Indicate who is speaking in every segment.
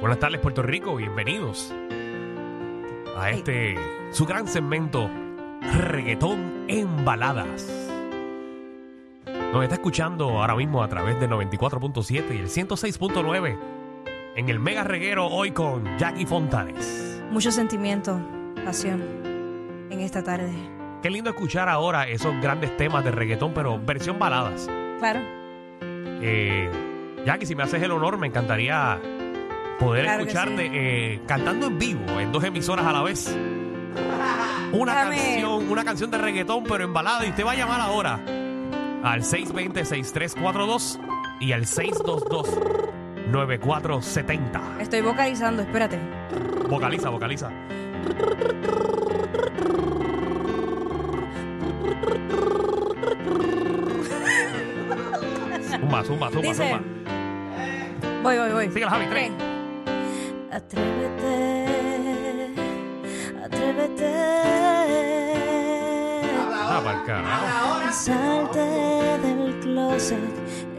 Speaker 1: Buenas tardes, Puerto Rico. Bienvenidos a este, su gran segmento, Reggaetón en Baladas. Nos está escuchando ahora mismo a través del 94.7 y el 106.9 en el Mega Reguero hoy con Jackie Fontanes.
Speaker 2: Mucho sentimiento, pasión en esta tarde.
Speaker 1: Qué lindo escuchar ahora esos grandes temas de reggaetón, pero versión baladas.
Speaker 2: Claro,
Speaker 1: Eh, Jackie, si me haces el honor, me encantaría poder
Speaker 2: Claro que
Speaker 1: escucharte
Speaker 2: sí.
Speaker 1: eh, cantando en vivo en dos emisoras a la vez. Una
Speaker 2: Dame.
Speaker 1: canción, una canción de reggaetón, pero en balada. Y usted va a llamar ahora al 620-6342 y al 622-9470.
Speaker 2: estoy vocalizando, espérate.
Speaker 1: Vocaliza, vocaliza. Zumba, zumba, zumba,
Speaker 2: Dice-
Speaker 1: zumba.
Speaker 2: Voy, voy, voy.
Speaker 1: Síguela, Javi, tres.
Speaker 2: Atrévete, atrévete.
Speaker 1: Ah, pa'l carajo.
Speaker 2: Salte del closet,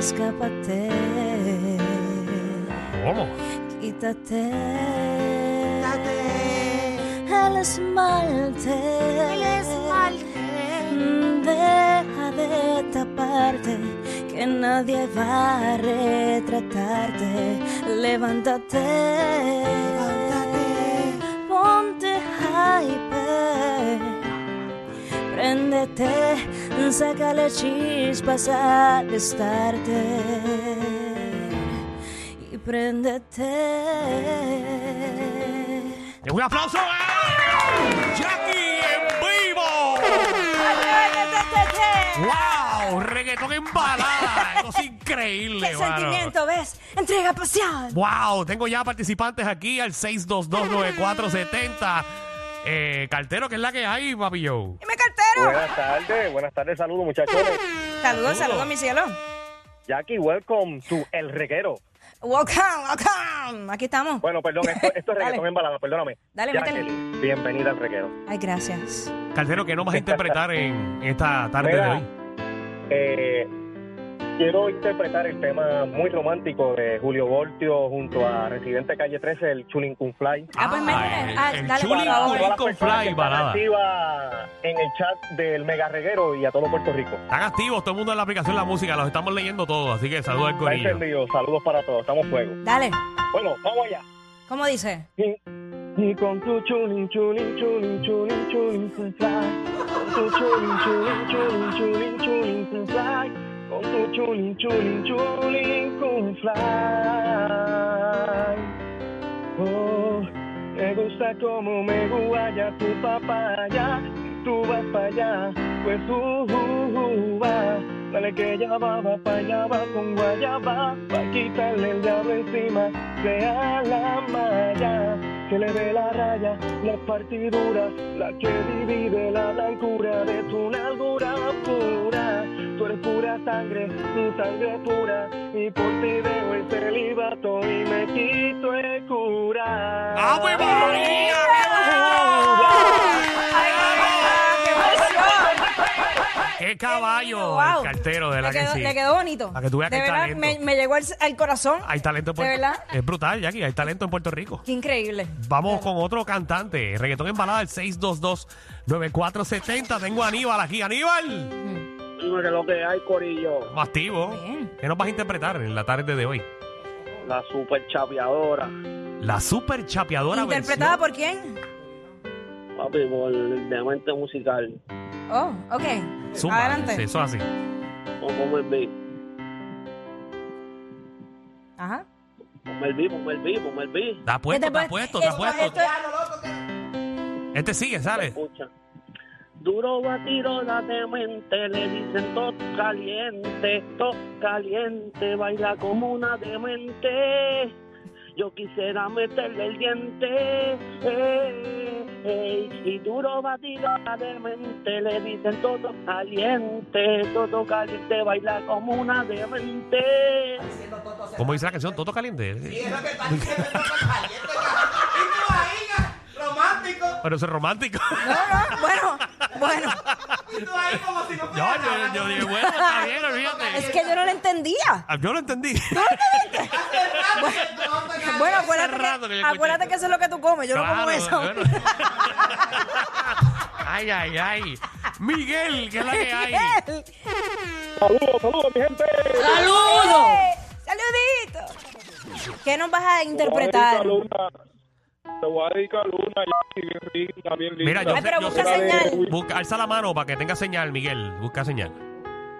Speaker 2: escápate.
Speaker 1: ¿Cómo?
Speaker 2: Quítate el esmalte. El esmalte. Deja de taparte, que nadie va a retratarte. Levántate. Ponte hyper. Préndete, sácale chispas al estarte y préndete.
Speaker 1: ¡Un aplauso! ¡eh! ¡Jackie en vivo! ¡Wow! ¡Reggaetón en balada! Eso es increíble,
Speaker 2: ¡Qué
Speaker 1: mano.
Speaker 2: sentimiento ves! ¡Entrega pasión!
Speaker 1: Wow, tengo ya participantes aquí al 6229470. Eh, cartero, que es la que hay, papi yo.
Speaker 2: ¡Dime cartero!
Speaker 3: Buenas tardes, buenas tardes, saludos muchachones.
Speaker 2: Saludos, saludos, mi cielo.
Speaker 3: Jackie, welcome to El Reguero.
Speaker 2: Welcome, welcome. Aquí estamos.
Speaker 3: Bueno, perdón, esto, esto es
Speaker 2: Dale.
Speaker 3: reggaetón en balada, perdóname.
Speaker 2: Dale,
Speaker 3: Jackie, bienvenida al Reguero.
Speaker 2: Ay, gracias.
Speaker 1: Cartero, que no vas a interpretar en esta tarde
Speaker 3: Mira.
Speaker 1: de hoy?
Speaker 3: Eh, quiero interpretar el tema muy romántico de Julio Voltio junto a Residente Calle 13, el Chulin Kun Fly.
Speaker 2: Ah, pues, métele.
Speaker 1: el-
Speaker 2: Ah,
Speaker 1: el
Speaker 2: dale,
Speaker 1: Chuli Chulin
Speaker 2: por favor.
Speaker 3: Todas las
Speaker 1: con
Speaker 3: personas que
Speaker 1: Fly,
Speaker 3: están
Speaker 1: balada.
Speaker 3: activas en el chat del Mega Reguero y a todo Puerto Rico.
Speaker 1: Están activos, todo el mundo en la aplicación La Música, los estamos leyendo todos, así que saludos al
Speaker 3: Está
Speaker 1: corillo.
Speaker 3: encendido, saludos para todos, estamos fuego.
Speaker 2: Dale,
Speaker 3: Bueno, vamos allá.
Speaker 2: ¿cómo dice?
Speaker 3: Y con tu chulin, chulin, chulin, chulin, chulin, chulin, fly. Con tu chulin, chulin, chulin, chulin, chulin, chulin, fly. Con tu chulin, chulin, chulin, chulin, fly. Oh, me gusta como me guaya tu papaya. Tú vas para allá, pues uh, uh, uh, va. Dale que ya va, va para allá, va con guayaba. Va a quitarle el diablo encima, sea la malla que le ve la raya, la partidura, la que divide la blancura de tu nalgura pura. Tú eres pura sangre, mi sangre pura, y por ti dejo el celibato y me quito el cura.
Speaker 1: ¡Ave María! ¡Qué caballo!
Speaker 2: Wow.
Speaker 1: El cartero, de
Speaker 2: Le
Speaker 1: la que
Speaker 2: quedó,
Speaker 1: sí.
Speaker 2: le quedó bonito.
Speaker 1: Para que tú veas
Speaker 2: de
Speaker 1: que hay
Speaker 2: verdad,
Speaker 1: talento.
Speaker 2: me, me llegó al, al corazón.
Speaker 1: Hay talento en
Speaker 2: ¿De
Speaker 1: Puerto
Speaker 2: verdad?
Speaker 1: Es brutal, Jackie, hay talento en Puerto Rico.
Speaker 2: Qué increíble.
Speaker 1: Vamos con otro cantante, reggaetón en balada, el 622-9470. Tengo a Aníbal aquí. ¡Aníbal!
Speaker 3: Dime lo que hay, Corillo,
Speaker 1: Más activo.
Speaker 2: Bien.
Speaker 1: ¿Qué nos vas a interpretar en la tarde de hoy?
Speaker 3: la super chapeadora.
Speaker 1: La super chapeadora
Speaker 2: ¿Interpretada
Speaker 1: versión-
Speaker 2: por quién?
Speaker 3: Papi, por demente musical,
Speaker 2: Oh, ok.
Speaker 1: Zumba,
Speaker 2: Adelante.
Speaker 1: sí, Eso así.
Speaker 3: o como el beat.
Speaker 2: Ajá.
Speaker 3: Ponme el beat, ponme el beat, ponme el beat.
Speaker 1: Está puesto,
Speaker 2: Este
Speaker 1: está
Speaker 2: pues-
Speaker 1: puesto, está
Speaker 2: esto-
Speaker 1: puesto.
Speaker 2: esto es-
Speaker 1: Este sigue, ¿sabes?
Speaker 3: Escucha. Duro batidora de mente, le dicen tos caliente, tos caliente, baila como una demente. Yo quisiera meterle el diente. eh, eh, Y duro batidora de mente, le dicen todo caliente, todo caliente, baila como una demente.
Speaker 1: ¿Cómo dice la canción? Toto Caliente.
Speaker 4: romántico.
Speaker 1: Pero eso es romántico.
Speaker 2: No, no, bueno, bueno.
Speaker 4: Tú eres como si no
Speaker 1: Yo,
Speaker 4: fuera nada.
Speaker 1: yo, yo dije, bueno, está bien, olvídate.
Speaker 2: Es que yo no lo entendía.
Speaker 1: Ah, Yo lo entendí.
Speaker 4: pues,
Speaker 2: Bueno,
Speaker 1: Hace
Speaker 2: acuérdate
Speaker 1: rato que yo
Speaker 2: que,
Speaker 1: escuché
Speaker 2: acuérdate
Speaker 1: esto.
Speaker 2: que eso es lo que tú comes. Yo no como eso.
Speaker 1: Claro, bueno. ay, ay, ay. Miguel, ¿qué es la que hay?
Speaker 2: Miguel,
Speaker 3: Saludos, saludos, mi gente.
Speaker 2: ¡Saludos! ¡Saludito! ¿Qué nos vas a interpretar?
Speaker 3: Te voy a dedicar una. Te voy a dedicar una y bien rica, bien linda.
Speaker 1: Mira, yo
Speaker 2: Ay,
Speaker 1: sé,
Speaker 2: pero
Speaker 1: yo
Speaker 2: busca
Speaker 1: sé-
Speaker 2: señal.
Speaker 1: Busca, alza la mano para que tenga señal, Miguel. Busca señal.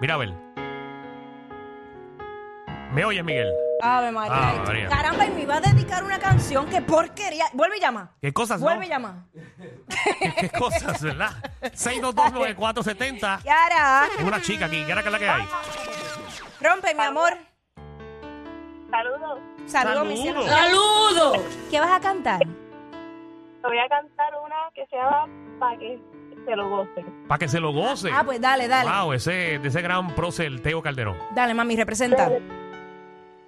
Speaker 1: Mira, a ver. ¿Me oyes, Miguel?
Speaker 2: Ave María.
Speaker 1: Ave Ah, María.
Speaker 2: Caramba, y me iba a dedicar una canción. ¡Qué porquería! Vuelve y llama.
Speaker 1: ¿Qué cosas, Ah, no?
Speaker 2: Vuelve y llama.
Speaker 1: ¿Qué cosas, verdad? 6229470.
Speaker 2: Yara,
Speaker 1: Es una chica aquí. ¿Qué era que es la que hay?
Speaker 2: rompe, mi amor.
Speaker 5: Saludos.
Speaker 2: Saludos, mi cielo.
Speaker 1: Saludos.
Speaker 2: ¿Qué vas a cantar?
Speaker 5: Te voy a cantar una que se llama Pa' que se lo gocen.
Speaker 1: Para que se lo goce.
Speaker 2: Ah, pues dale, dale.
Speaker 1: Wow, ese, de ese gran prócer, Teo Calderón.
Speaker 2: Dale, mami, representa.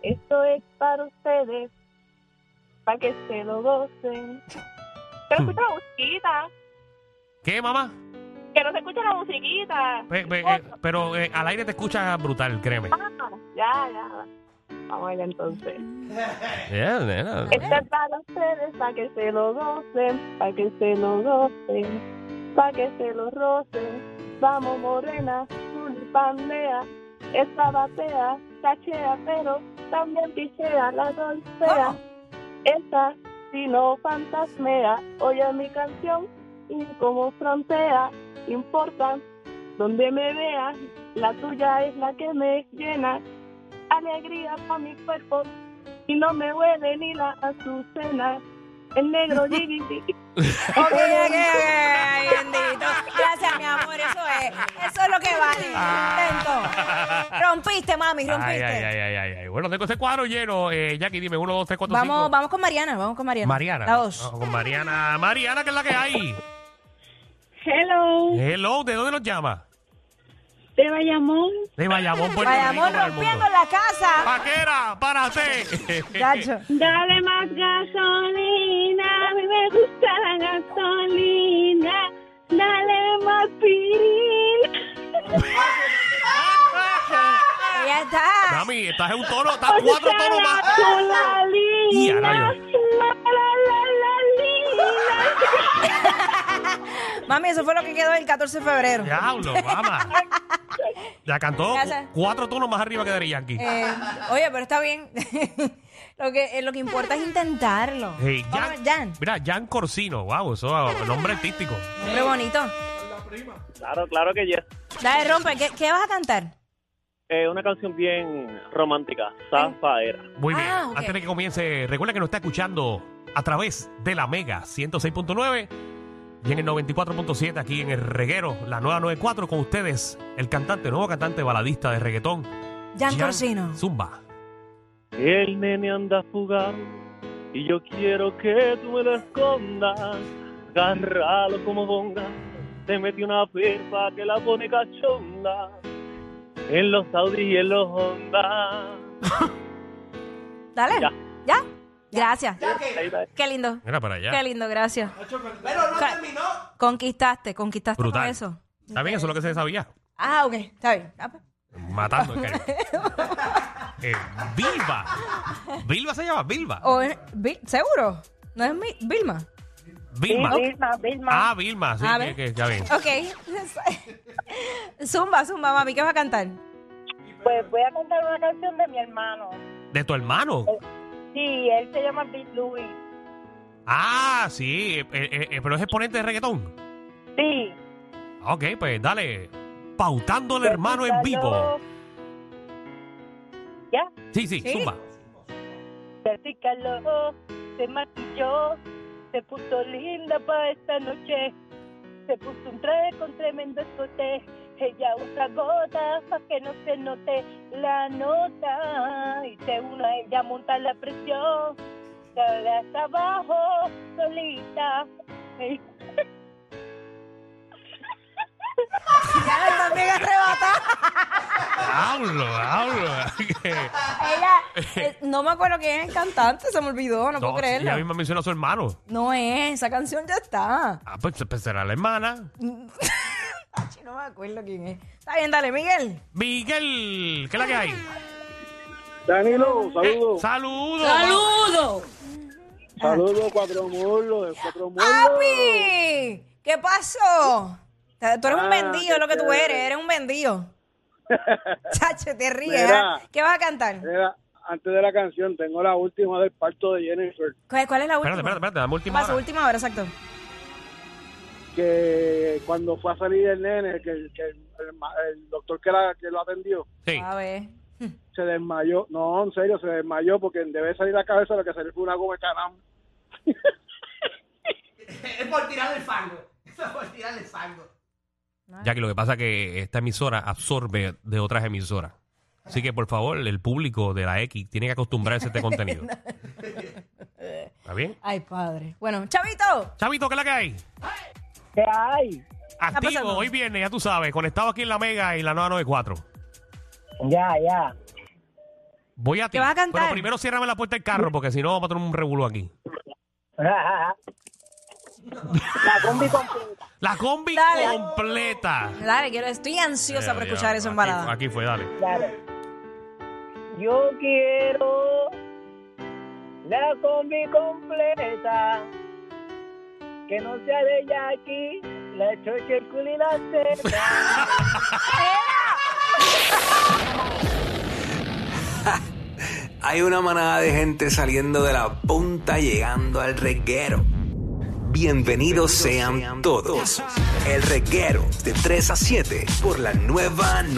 Speaker 5: Esto es para ustedes, pa' que se lo gocen. Que no escucha la musiquita,
Speaker 1: ¿Qué, mamá?
Speaker 5: que no se escucha la musiquita.
Speaker 1: Pe- pe-
Speaker 2: Oh.
Speaker 1: eh, pero eh, al aire te escuchas brutal, créeme.
Speaker 5: Ah, ya, ya. Vamos a bailar entonces.
Speaker 1: Yeah, nena.
Speaker 5: Esto es para ustedes, pa' que se lo gocen, pa' que se lo gocen, pa' que se lo rocen. Vamos morena, pandea, esta batea, cachea, pero también pichea, la golpea.
Speaker 2: ¿Cómo?
Speaker 5: Esta, si no fantasmea, oye mi canción y como frontea, importa donde me veas, la tuya es la que me llena, alegría para mi cuerpo y no me huele ni la azucena, el negro jiggy.
Speaker 2: Ok, ok, ok. Ay, bendito. Gracias, mi amor. Eso es.
Speaker 1: Ah.
Speaker 2: Eso es lo que vale. Contento. Rompiste, mami,
Speaker 1: Ay,
Speaker 2: rompiste.
Speaker 1: ay, ay, ay, ay, ay. Bueno, tengo ese cuadro lleno. Eh, Jackie, dime, 1, 2, 3, 4,
Speaker 2: Vamos,
Speaker 1: 5.
Speaker 2: vamos con Mariana, vamos con Mariana.
Speaker 1: Mariana.
Speaker 2: La dos.
Speaker 1: Vamos con Mariana. Mariana, que es la que hay.
Speaker 5: Hello,
Speaker 1: Hello, ¿de dónde nos llama?
Speaker 5: te vayamos.
Speaker 1: De Bayamón, Puerto
Speaker 2: Vayamos
Speaker 1: Rico, para el
Speaker 2: rompiendo
Speaker 1: mundo.
Speaker 2: la casa.
Speaker 1: Paquera, párate.
Speaker 2: Chacho.
Speaker 5: Dale más gasolina, a mí me gusta la gasolina. Dale más piril.
Speaker 2: Ya está.
Speaker 1: Mami, estás en un tono, estás cuatro tonos más. Y a rayos.
Speaker 2: Mami, eso fue lo que quedó el 14 de febrero.
Speaker 1: Diablo, mamá. Ya cantó
Speaker 2: Gracias.
Speaker 1: cu- cuatro tonos más arriba que Dari Yankee.
Speaker 2: Eh, oye, pero está bien. lo, que, eh, lo que importa es intentarlo.
Speaker 1: Hey,
Speaker 2: Vamos,
Speaker 1: Jan,
Speaker 2: Jan.
Speaker 1: Mira, Jan Corsino. Wow, eso es un nombre artístico.
Speaker 2: Hombre bonito.
Speaker 3: Claro, claro que yes.
Speaker 2: Dale, rompe. ¿Qué, qué vas a cantar?
Speaker 3: Eh, una canción bien romántica, Zafaera.
Speaker 1: Muy bien.
Speaker 2: Ah, ok.
Speaker 1: Antes de que comience, recuerda que nos está escuchando a través de la Mega 106.9 y en el 94.7 aquí en el reguero, la nueva 94 con ustedes, el cantante, nuevo cantante baladista de reggaetón.
Speaker 2: Jan Corsino.
Speaker 1: Zumba.
Speaker 3: El nene anda fugado y yo quiero que tú me lo escondas. Agárralo como bonga, te mete una pepa que la pone cachonda. En los Audi y en los Honda.
Speaker 2: Dale.
Speaker 3: Ya.
Speaker 2: ¿Ya? Gracias.
Speaker 3: Ahí está.
Speaker 2: Qué lindo.
Speaker 1: Mira para
Speaker 2: Qué
Speaker 1: allá.
Speaker 2: lindo, gracias.
Speaker 4: Pero no
Speaker 2: Ca-
Speaker 4: terminó.
Speaker 2: Conquistaste, conquistaste con
Speaker 1: Brutal.
Speaker 2: eso.
Speaker 1: Está bien, eso es lo que se sabía.
Speaker 2: Ah, ok, está bien. Ah, pues.
Speaker 1: Matando el cariño. Eh, Vilva. Vilva se llama Vilva.
Speaker 2: O es- Vi- ¿Seguro? ¿No es mi- Vilma?
Speaker 1: Vilma. Ah, Vilma. Sí,
Speaker 2: A
Speaker 1: que-
Speaker 2: ver.
Speaker 1: que- ya ven.
Speaker 2: Ok. zumba, zumba, mami, ¿qué vas a cantar?
Speaker 5: Pues voy a cantar una canción de mi hermano.
Speaker 1: De tu hermano.
Speaker 2: Oh.
Speaker 5: Sí, él se llama Big Louis.
Speaker 1: Ah, sí. eh, eh, eh, pero es exponente de reggaetón.
Speaker 5: Sí.
Speaker 1: Ok, pues dale. Pautando al hermano en vivo.
Speaker 5: Ya,
Speaker 1: Sí, sí,
Speaker 2: ¿Sí?
Speaker 1: zumba.
Speaker 5: se calor, se maquilló, se puso linda para esta noche. Se puso un traje con tremendo escote. Ella usa gotas para que no se note la nota. Y se una a ella monta la presión. Se hasta abajo, solita.
Speaker 2: Ya también arrebata.
Speaker 1: Hablo, hablo.
Speaker 2: Ella, eh, no me acuerdo quién es el cantante, se me olvidó, no, puedo creerlo.
Speaker 1: ya misma mencionó a su hermano.
Speaker 2: No es, esa canción ya está.
Speaker 1: Ah, pues, pues será la hermana.
Speaker 2: Ay, no No me acuerdo quién es. Está bien, dale, Miguel.
Speaker 1: Miguel, ¿qué es la que hay? Eh,
Speaker 3: Danilo, saludos.
Speaker 1: Saludos.
Speaker 6: ¡Saludos!
Speaker 3: Saludos, cuatro mulos, de cuatro mulos.
Speaker 2: ¡Papi! ¿Qué pasó? Tú eres un
Speaker 3: Ah,
Speaker 2: vendido,
Speaker 3: qué
Speaker 2: lo que tú
Speaker 3: chévere.
Speaker 2: eres. Eres un vendido. Chacho, te ríes.
Speaker 3: Mira.
Speaker 2: ¿eh? ¿Qué vas a cantar?
Speaker 3: Mira, antes de la canción, tengo la última del parto de Jennifer.
Speaker 2: ¿Cuál, cuál es la última?
Speaker 1: Espérate, espérate, espérate, dame
Speaker 2: ¿Qué
Speaker 1: última
Speaker 2: pasó?
Speaker 1: hora.
Speaker 2: Última hora, exacto.
Speaker 3: Que cuando fue a salir el nene, que, que el, el ma- el doctor que, la, que lo atendió
Speaker 1: Sí.
Speaker 2: A ver.
Speaker 3: se desmayó. No, en serio, se desmayó porque en debe salir la cabeza lo que salió fue una goma de canam.
Speaker 4: Es por tirar el fango. Eso es por tirar el fango.
Speaker 1: Ya que lo que pasa es que esta emisora absorbe de otras emisoras. Así que, por favor, el público de la X tiene que acostumbrarse a este contenido. ¿Está bien?
Speaker 2: Ay, padre. Bueno, Chavito.
Speaker 1: Chavito, ¿qué es la que hay?
Speaker 5: ¿Qué hay?
Speaker 1: Activo,
Speaker 2: pasando?
Speaker 1: hoy viene, ya tú sabes, conectado aquí en la Mega y la 994.
Speaker 5: Ya, ya.
Speaker 1: Voy a ti.
Speaker 2: ¿Qué vas a cantar?
Speaker 1: Pero primero ciérrame la puerta del carro porque si no vamos a tener un revuelo aquí.
Speaker 5: La combi completa.
Speaker 1: La combi
Speaker 2: Dale.
Speaker 1: completa.
Speaker 2: Dale, quiero, estoy ansiosa por
Speaker 1: Eh, ya,
Speaker 2: escuchar eso en
Speaker 1: aquí-
Speaker 2: balada.
Speaker 1: Aquí fue, dale.
Speaker 5: Dale. Yo quiero la combi completa. Que no sea de Jackie, la choche, el culo y la teta.
Speaker 7: Hay una manada de gente saliendo de la punta llegando al reguero. Bienvenidos sean todos. El reguero de 3 a 7 por la nueva